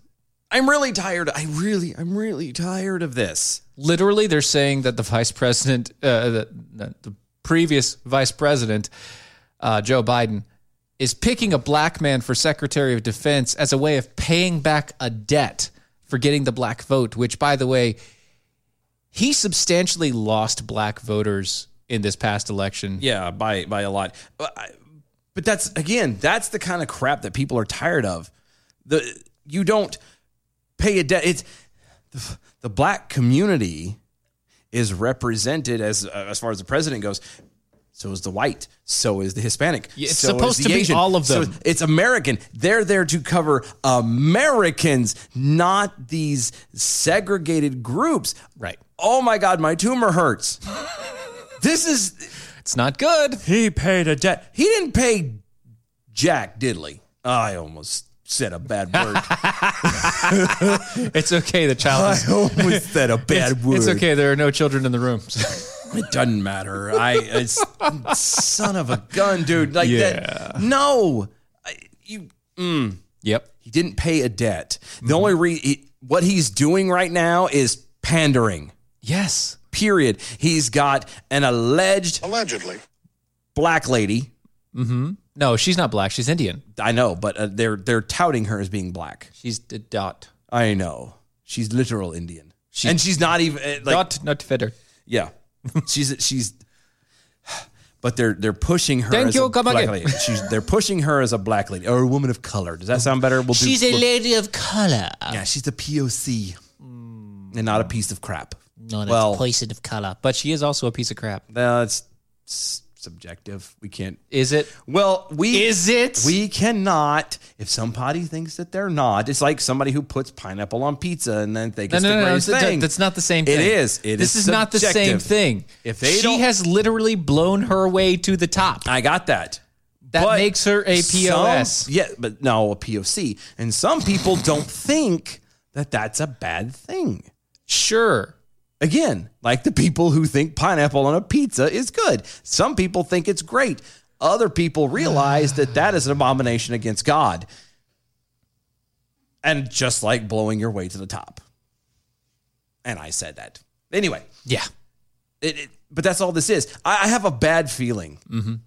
I'm really tired. I really, I'm really tired of this. Literally, they're saying that the vice president, uh, the, the- the previous vice president, uh, Joe Biden, is picking a black man for Secretary of Defense as a way of paying back a debt for getting the black vote, which, by the way, he substantially lost black voters in this past election. Yeah, by by a lot. But, I- but that's again, that's the kind of crap that people are tired of. The you don't pay a debt. It's the, the black community is represented as uh, as far as the president goes. So is the white. So is the Hispanic. Yeah, it's so is supposed the to be Asian. all of So them. it's American. They're there to cover Americans, not these segregated groups. Right. Oh my God, my tumor hurts. this is. It's not good. He paid a debt. He didn't pay Jack Diddley. I almost said a bad [laughs] word. it's okay. The child. I almost said a [laughs] bad it's, word. It's okay. There are no children in the room. [laughs] It doesn't matter. I it's, son of a gun, dude. Like that. No, I, you. Mm. Yep. He didn't pay a debt. The only re he, what he's doing right now is pandering. Yes. Period. He's got an alleged allegedly black lady. Mm-hmm. No, she's not black. She's Indian. I know, but uh, they're they're touting her as being black. She's the dot. I know. She's literal Indian. and she's not even uh, like not not feder. Yeah. [laughs] she's she's but they're they're pushing her Thank as you, a come black again. lady. She's they're pushing her as a black lady or a woman of color. Does that sound better? We'll do- we'll- of color. Yeah, she's the POC Hmm. and not a piece of crap. No, that's well, poison of color. But she is also a piece of crap. That's s- subjective. We can't. Is it? Well, we is it? We cannot. If somebody thinks that they're not, it's like somebody who puts pineapple on pizza and then thinks No, it's no, the no, no, greatest that- thing. that's not the same It thing. is. It This is not the same subjective. thing. If they She don't, has literally blown her way to the top. I got that. That But makes her a some- POS. yeah, but no, a POC. And some people don't think that that's a bad thing. Sure. Again, like the people who think pineapple on a pizza is good. Some people think it's great. Other people realize that that is an abomination against God. And just like blowing your way to the top. And I said that. Anyway. Yeah. It, it- but that's all this is. I, I have a bad feeling Mhm.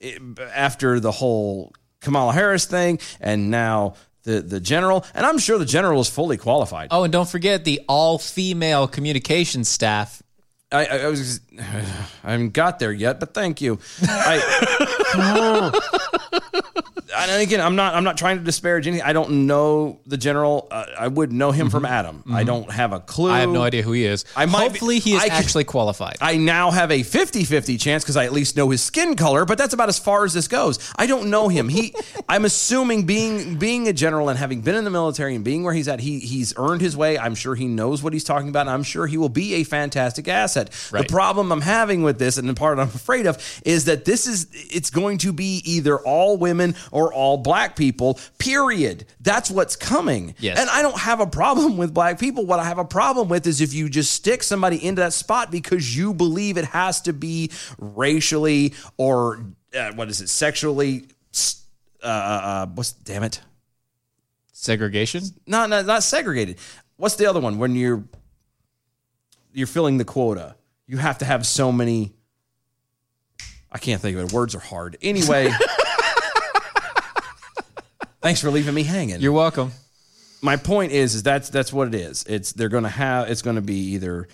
it- after the whole Kamala Harris thing, and now the the general, and I'm sure the general is fully qualified. Oh, and don't forget the all female communication staff. I, I, I was, [sighs] I haven't got there yet, but thank you. [laughs] I, and again, I'm not I'm not trying to disparage any. I don't know the general. Uh, I would know him from Adam. I don't have a clue. Mm-hmm. I have no idea who he is. I might be- Hopefully, he is I can- actually qualified. I now have a 50-50 chance because I at least know his skin color, but that's about as far as this goes. I don't know him. He [laughs] I'm assuming being being a general and having been in the military and being where he's at, he he's earned his way. I'm sure he knows what he's talking about, and I'm sure he will be a fantastic asset. Right. The problem I'm having with this, and the part I'm afraid of, is that this is it's going to be either all women or all black people, period. That's what's coming. Yes. And I don't have a problem with black people. What I have a problem with is if you just stick somebody into that spot because you believe it has to be racially or uh, what is it, sexually? s- Uh, uh, what's damn it? Segregation? Not, not not segregated. What's the other one when you're you're filling the quota? You have to have so many. I can't think of it. Words are hard. Anyway. Thanks for leaving me hanging. You're welcome. My point is, is that's that's what it is. It's they're going to have. It's going to be either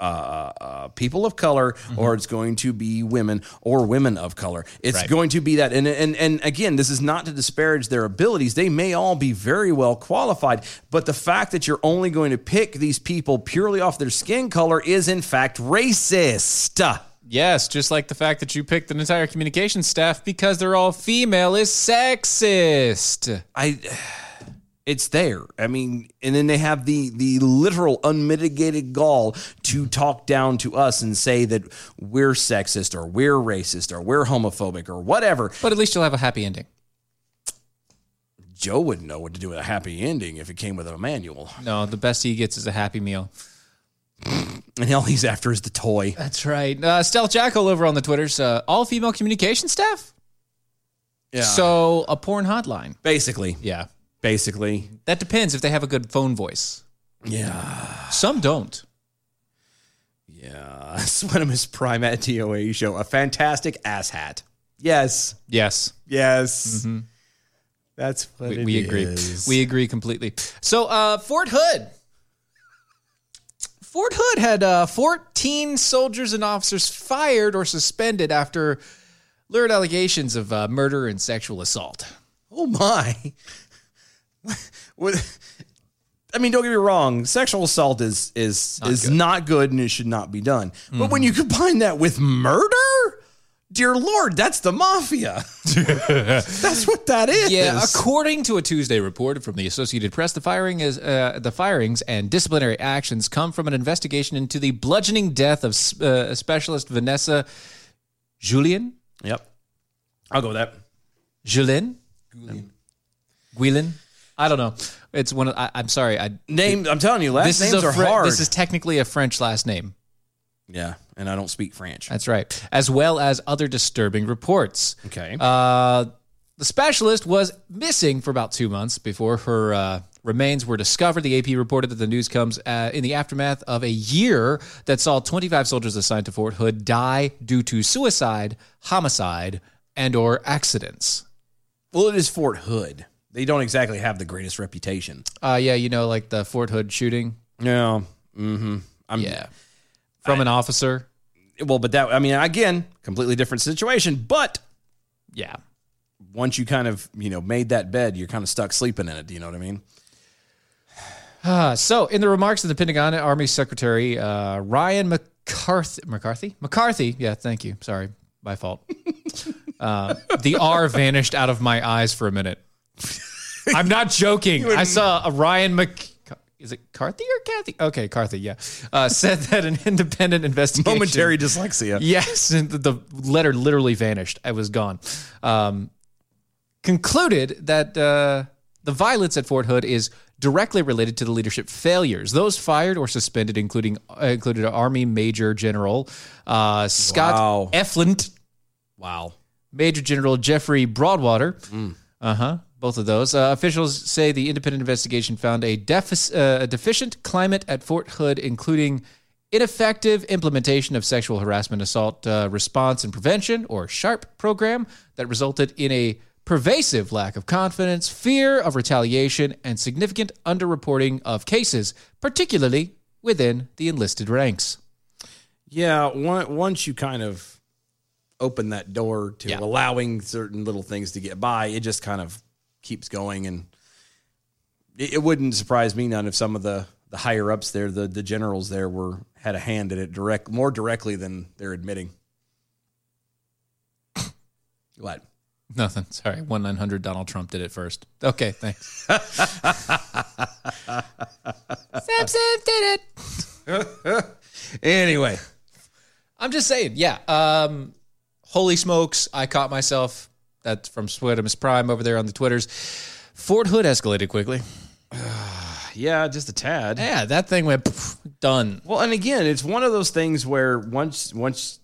uh, uh, people of color, or it's going to be women or women of color. It's Right. going to be that. And and and again, this is not to disparage their abilities. They may all be very well qualified, but the fact that you're only going to pick these people purely off their skin color is in fact racist. Yes, just like the fact that you picked an entire communication staff because they're all female is sexist. I it's there. I mean, and then they have the the literal unmitigated gall to talk down to us and say that we're sexist or we're racist or we're homophobic or whatever. But at least you'll have a happy ending. Joe wouldn't know what to do with a happy ending if it came with a manual. No, the best he gets is a happy meal. And all he's after is the toy. That's right. Uh, Stealth Jackal over on the Twitters, uh, all female communication staff. Yeah. So a porn hotline. Basically. Yeah. Basically. That depends if they have a good phone voice. Yeah. Some don't. Yeah. [laughs] Sweatimus Prime at DOA show. A fantastic ass hat. Yes. Yes. Yes. That's what We, it we agree. is. We agree completely. So uh, Fort Hood. Fort Hood had uh, 14 soldiers and officers fired or suspended after lurid allegations of uh, murder and sexual assault. Oh my. [laughs] What- I mean, don't get me wrong. Sexual assault is is is not good, and it should not be done. But Mm-hmm. when you combine that with murder, dear lord, that's the [laughs] mafia. that's what that is. Yeah, according to a Tuesday report from the Associated Press, the firing is uh, the firings and disciplinary actions come from an investigation into the bludgeoning death of s- uh, specialist Vanessa Julian. Yep, I'll go with that. Julien. Um, Guilin. I don't know. It's one. Of, I, I'm sorry. I Name- I'm telling you, last this is names a are hard. This is technically a French last name. Yeah, and I don't speak French. That's right. As well as other disturbing reports. Okay. Uh, the specialist was missing for about two months before her uh, remains were discovered. The AP reported that the news comes uh, in the aftermath of a year that saw 25 soldiers assigned to Fort Hood die due to suicide, homicide, and/or accidents. Well, it is Fort Hood. They don't exactly have the greatest reputation. Uh, yeah, you know, like the Fort Hood shooting. Yeah. Mm-hmm. I'm, yeah. From an officer. well, but that I mean, again, completely different situation. But yeah, once you kind of you know made that bed, you're kind of stuck sleeping in it. Do you know what I [laughs] mean? Ah, so, in the remarks of the Pentagon Army Secretary uh, Ryan McCarthy, McCarthy, McCarthy, yeah, thank you. Sorry, my fault. uh, the R vanished out of my eyes for a minute. I'm not joking. I saw a Ryan Mc. Is it Carthy or Kathy? Okay, Carthy. Yeah, uh, said that an independent investigation. Momentary dyslexia. Yes, [laughs] and the, the letter literally vanished. I was gone. Um, concluded that uh, the violence at Fort Hood is directly related to the leadership failures. Those fired or suspended, including uh, included Army Major General uh, Scott Wow. Eflint, Wow. Major General Jeffrey Broadwater. Uh huh. Both of those uh, officials say the independent investigation found a, defic- uh, a deficient climate at Fort Hood, including ineffective implementation of sexual harassment assault uh, response and prevention or SHARP program that resulted in a pervasive lack of confidence, fear of retaliation, and significant underreporting of cases, particularly within the enlisted ranks. Yeah, on- once you kind of open that door to allowing certain little things to get by, it just kind of keeps going, and it, it wouldn't surprise me none if some of the the higher ups there, the the generals there, were had a hand in it direct more directly than they're admitting. [coughs] What? Nothing. Sorry. 1 900 Donald Trump did it first. Okay, thanks. [laughs] Samson did [laughs] it. anyway, I'm just saying, yeah. Um, holy smokes, I caught myself. That's from Sweetimus Prime over there on the Twitters. Fort Hood escalated quickly. yeah, just a tad. Yeah, that thing went poof, done. Well, and again, it's one of those things where once once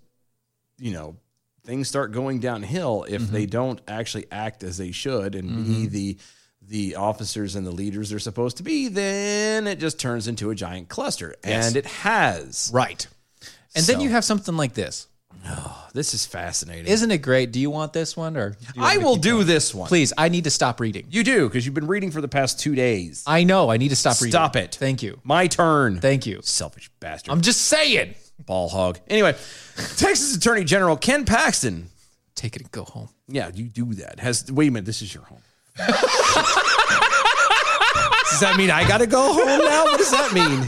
you know things start going downhill, if Mm-hmm. they don't actually act as they should and be the the officers and the leaders they're supposed to be, then it just turns into a giant cluster, Yes. and it has. Right. And then you have something like this. Oh, this is fascinating. Isn't it great? Do you want this one or? do you want I me will to keep do going? this one. Please, I need to stop reading. You do because you've been reading for the past two days. I know. I need to stop reading. Stop it. Thank you. My turn. Thank you. Selfish bastard. I'm just saying. Ball hog. Anyway, [laughs] Texas Attorney General Ken Paxton. Take it and go home. Yeah, you do that. Has wait a minute, this is your home. does that mean I gotta go home now? What does that mean?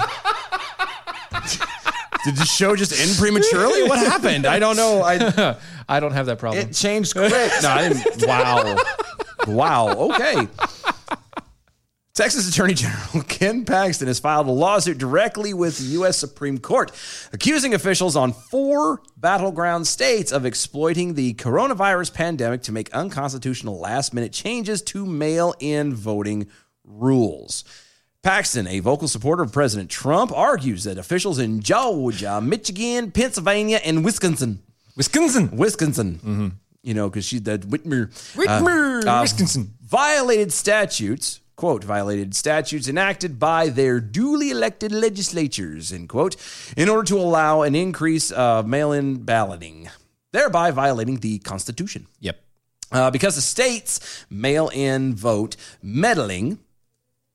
Did the show just end prematurely? What happened? I don't know. I I don't have that problem. It changed quick. [laughs] No, I didn't. Wow. Wow. Okay. Texas Attorney General [laughs] Ken Paxton has filed a lawsuit directly with the U.S. Supreme Court, accusing officials on four battleground states of exploiting the coronavirus pandemic to make unconstitutional last minute changes to mail in voting rules. Paxton, a vocal supporter of President Trump, argues that officials in Georgia, Michigan, Pennsylvania, and Wisconsin, Wisconsin, Wisconsin, you know, because she that Whitmer, Whitmer, Wisconsin, violated statutes. Quote, violated statutes enacted by their duly elected legislatures, end quote, in order to allow an increase of mail in balloting, thereby violating the Constitution. Yep. Uh, because the state's mail in vote meddling.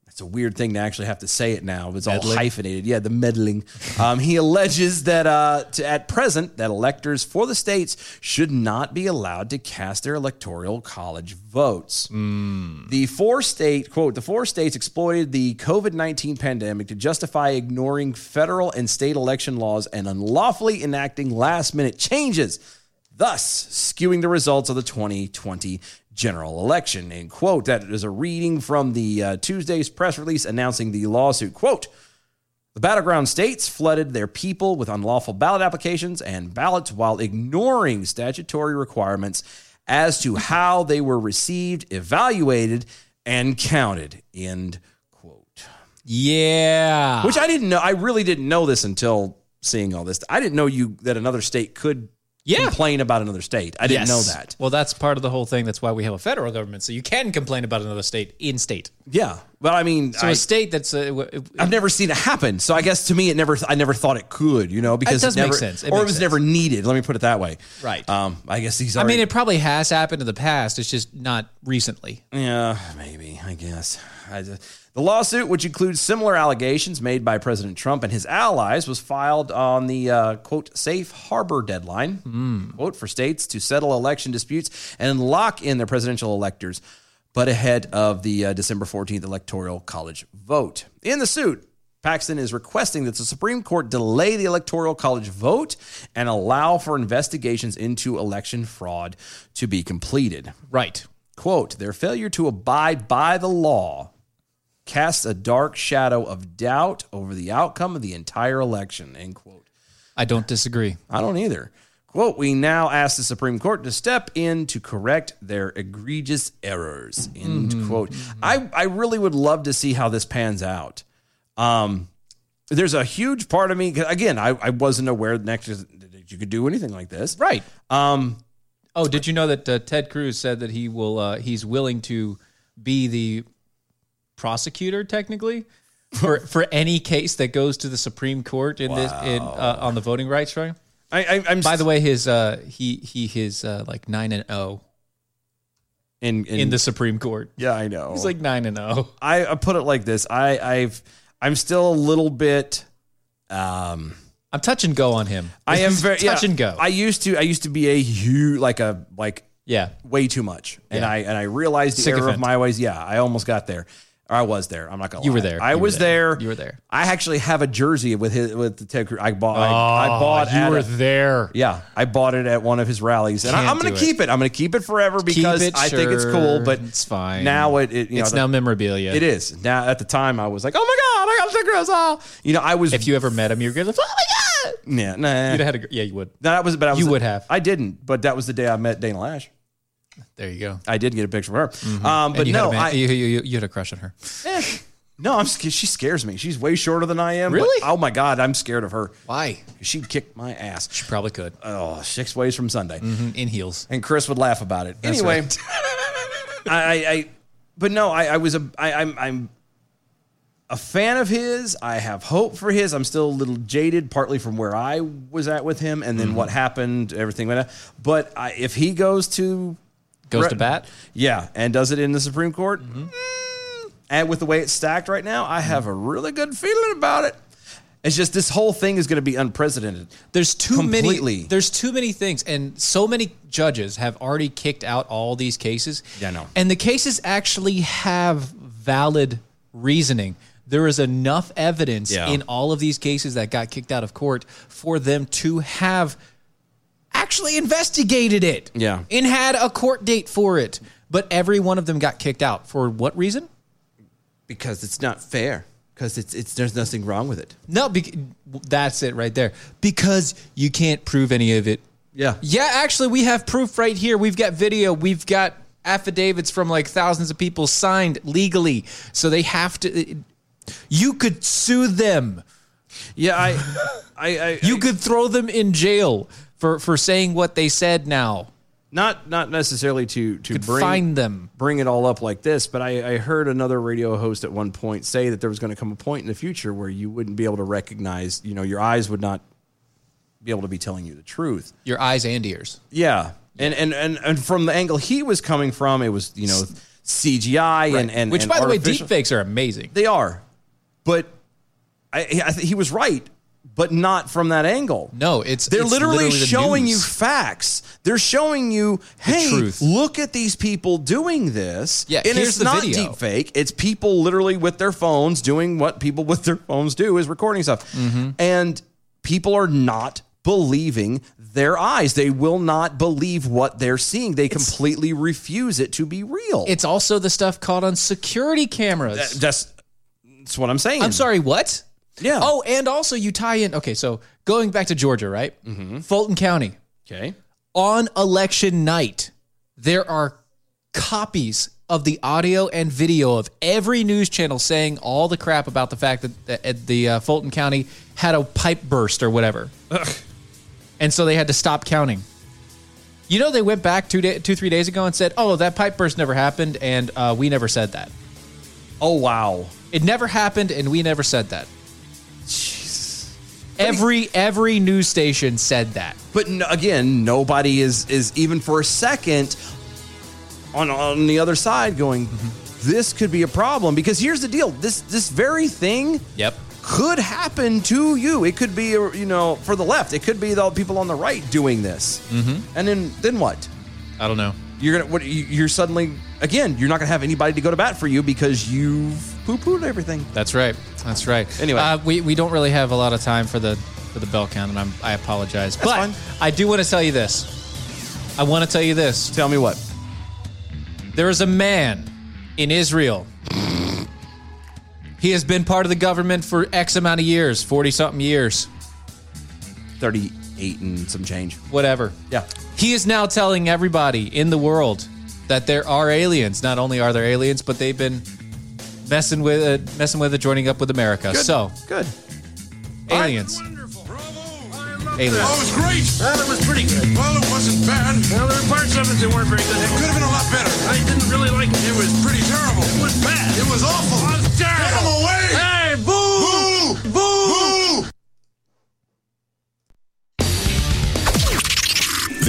It's a weird thing to actually have to say it now. It's all Meddling? hyphenated. Yeah, the meddling. Um, he alleges that uh, to, at present, that electors for the states should not be allowed to cast their electoral college votes. The four state quote: the four states exploited the COVID nineteen pandemic to justify ignoring federal and state election laws and unlawfully enacting last minute changes thus skewing the results of the 2020 general election. End quote. That is a reading from the uh, Tuesday's press release announcing the lawsuit. Quote. The battleground states flooded their people with unlawful ballot applications and ballots while ignoring statutory requirements as to how they were received, evaluated, and counted. End quote. Yeah. Which I didn't know. I really didn't know this until seeing all this. I didn't know you that another state could complain about another state. I didn't know Yes. that. Well, that's part of the whole thing. That's why we have a federal government, so you can complain about another state in state. Yeah. Well, I mean, So I, a state that's uh, w- I've never seen it happen. So I guess to me, it never. I never thought it could. You know, because does it make never, sense. It or it makes was sense. never needed. Let me put it that way. Right. Um. I guess these are. I mean, it probably has happened in the past. It's just not recently. Yeah, maybe. I guess. I ju- the lawsuit, which includes similar allegations made by President Trump and his allies, was filed on the uh, quote safe harbor deadline quote for states to settle election disputes and lock in their presidential electors, but ahead of the uh, December 14th electoral college vote. In the suit, Paxton is requesting that the Supreme Court delay the electoral college vote and allow for investigations into election fraud to be completed. Right. Quote, their failure to abide by the law casts a dark shadow of doubt over the outcome of the entire election, end quote. I don't disagree. I don't either. Quote, we now ask the Supreme Court to step in to correct their egregious errors. End Mm-hmm. quote. I, I really would love to see how this pans out. Um, there's a huge part of me, 'cause again, I, I wasn't aware next, that you could do anything like this. Right. Um, Oh, did you know that uh, Ted Cruz said that he will uh, he's willing to be the prosecutor technically [laughs] for for any case that goes to the Supreme Court in this in uh, on the voting rights right? I, I I'm By the way, his uh he he his uh like 9 and 0 in in, the Supreme Court. Yeah, I know. He's like 9 and oh. 0. I, I put it like this. I, I've I'm still a little bit. Um, I'm touch and go on him. I am He's very touch yeah, and go. I used to I used to be a huge like a like yeah way too much, and Yeah. I and I realized the error of Sycophant. my ways. Yeah, I almost got there. Or I was there. I'm not gonna. You were lie. there. I You were was there. there. You were there. I actually have a jersey with his with the Ted Cruz. I bought. I, I Oh, bought. you at were a- there. Yeah, I bought it at one of his rallies, and I, Can't am going do to it. keep it. I'm going to keep it forever Keep because it, I think it's sure. cool. But It's fine. now. It, it you It's know, now memorabilia. It is now. At the time, I was like, oh my god, I got Ted Cruz. Oh, you know, I was. If you ever met him, you're gonna. Oh my god. Yeah, nah. You'd have had a gr- yeah, you would. No, that was, but I was, You would have. I didn't, but that was the day I met Dana Lash. There you go. I did get a picture of her. Um, Mm-hmm. And but you no, had a man- I, eh, you, you- you had a crush on her. no, I'm scared. She scares me. She's way shorter than I am. but Really? oh my God, I'm scared of her. Why? She kicked my ass. She probably could. Oh, six ways from Sunday in heels. And Chris would laugh about it. That's anyway, right. I, I, I, but no, I, I was a, I, I'm, I'm a fan of his. I have hope for his. I'm still a little jaded, partly from where I was at with him, and then what happened, everything went. out. But I, if he goes to Goes to bat? yeah, and does it in the Supreme Court, mm, and with the way it's stacked right now, I have a really good feeling about it. It's just this whole thing is going to be unprecedented. There's too completely. many. There's too many things, and so many judges have already kicked out all these cases. Yeah, I know. And the cases actually have valid reasoning. There is enough evidence Yeah. in all of these cases that got kicked out of court for them to have actually investigated it Yeah. and had a court date for it. But every one of them got kicked out for what reason? because it's not fair. Because it's it's there's nothing wrong with it. No, bec- that's it right there. Because you can't prove any of it. Yeah. Yeah, actually, we have proof right here. We've got video. We've got affidavits from like thousands of people signed legally. So they have to. You could sue them. Yeah, [laughs] I, I, I you could throw them in jail for for saying what they said. Now, Not not necessarily to to Could bring find them. bring it all up like this, but I, I heard another radio host at one point say that there was going to come a point in the future where you wouldn't be able to recognize, you know, your eyes would not be able to be telling you the truth. your eyes and ears. Yeah. And and and, and from the angle he was coming from, it was, you know, CGI and, and Which, and by the way, artificial- deepfakes are amazing. They are. But I, I th- he was right, but not from that angle. No, it's They're it's literally, the showing news. you facts. They're showing you, hey, truth. look at these people doing this. Yeah, and here's it's the not video. deep fake. It's people literally with their phones doing what people with their phones do is recording stuff. Mm-hmm. And people are not believing their eyes. They will not believe what they're seeing. They completely refuse it to be real. It's also the stuff caught on security cameras. That- that's that's what I'm saying. I'm sorry, what? Yeah. Oh, and also you tie in. Okay, so going back to Georgia, right? Mm-hmm. Fulton County. Okay. On election night, there are copies of the audio and video of every news channel saying all the crap about the fact that the, at the uh, Fulton County had a pipe burst or whatever, and so they had to stop counting. You know, they went back two, day, two three days ago and said, "Oh, that pipe burst never happened, and uh, we never said that." Oh wow! It never happened, and we never said that. Every every news station said that. But no, again, nobody is is even for a second on on the other side going. This could be a problem because here's the deal: this this very thing Yep. could happen to you. It could be you know for the left. It could be the people on the right doing this. Mm-hmm. And then then what? I don't know. You're gonna what? you- You're suddenly again. You're not gonna have anybody to go to bat for you because you've poo pooed everything. That's right. That's right. Anyway, uh, we we don't really have a lot of time for the for the bell count, and I'm, I apologize. but I do want to tell you this. I want to tell you this. Tell me what. There is a man in Israel. He has been part of the government for X amount of years, forty something years, thirty eight and some change, whatever. Yeah. He is now telling everybody in the world that there are aliens. Not only are there aliens, but they've been messing with uh, messing with it, joining up with America. So good. Aliens. Oh, it Aliens. was great. Well, it was pretty good. Well, it wasn't bad. Well, there were parts of it that weren't very good. It could have been a lot better. I didn't really like it. It was pretty terrible. It was bad. It was awful. It was terrible. Get him away. Hey, boo. Boo. Boo.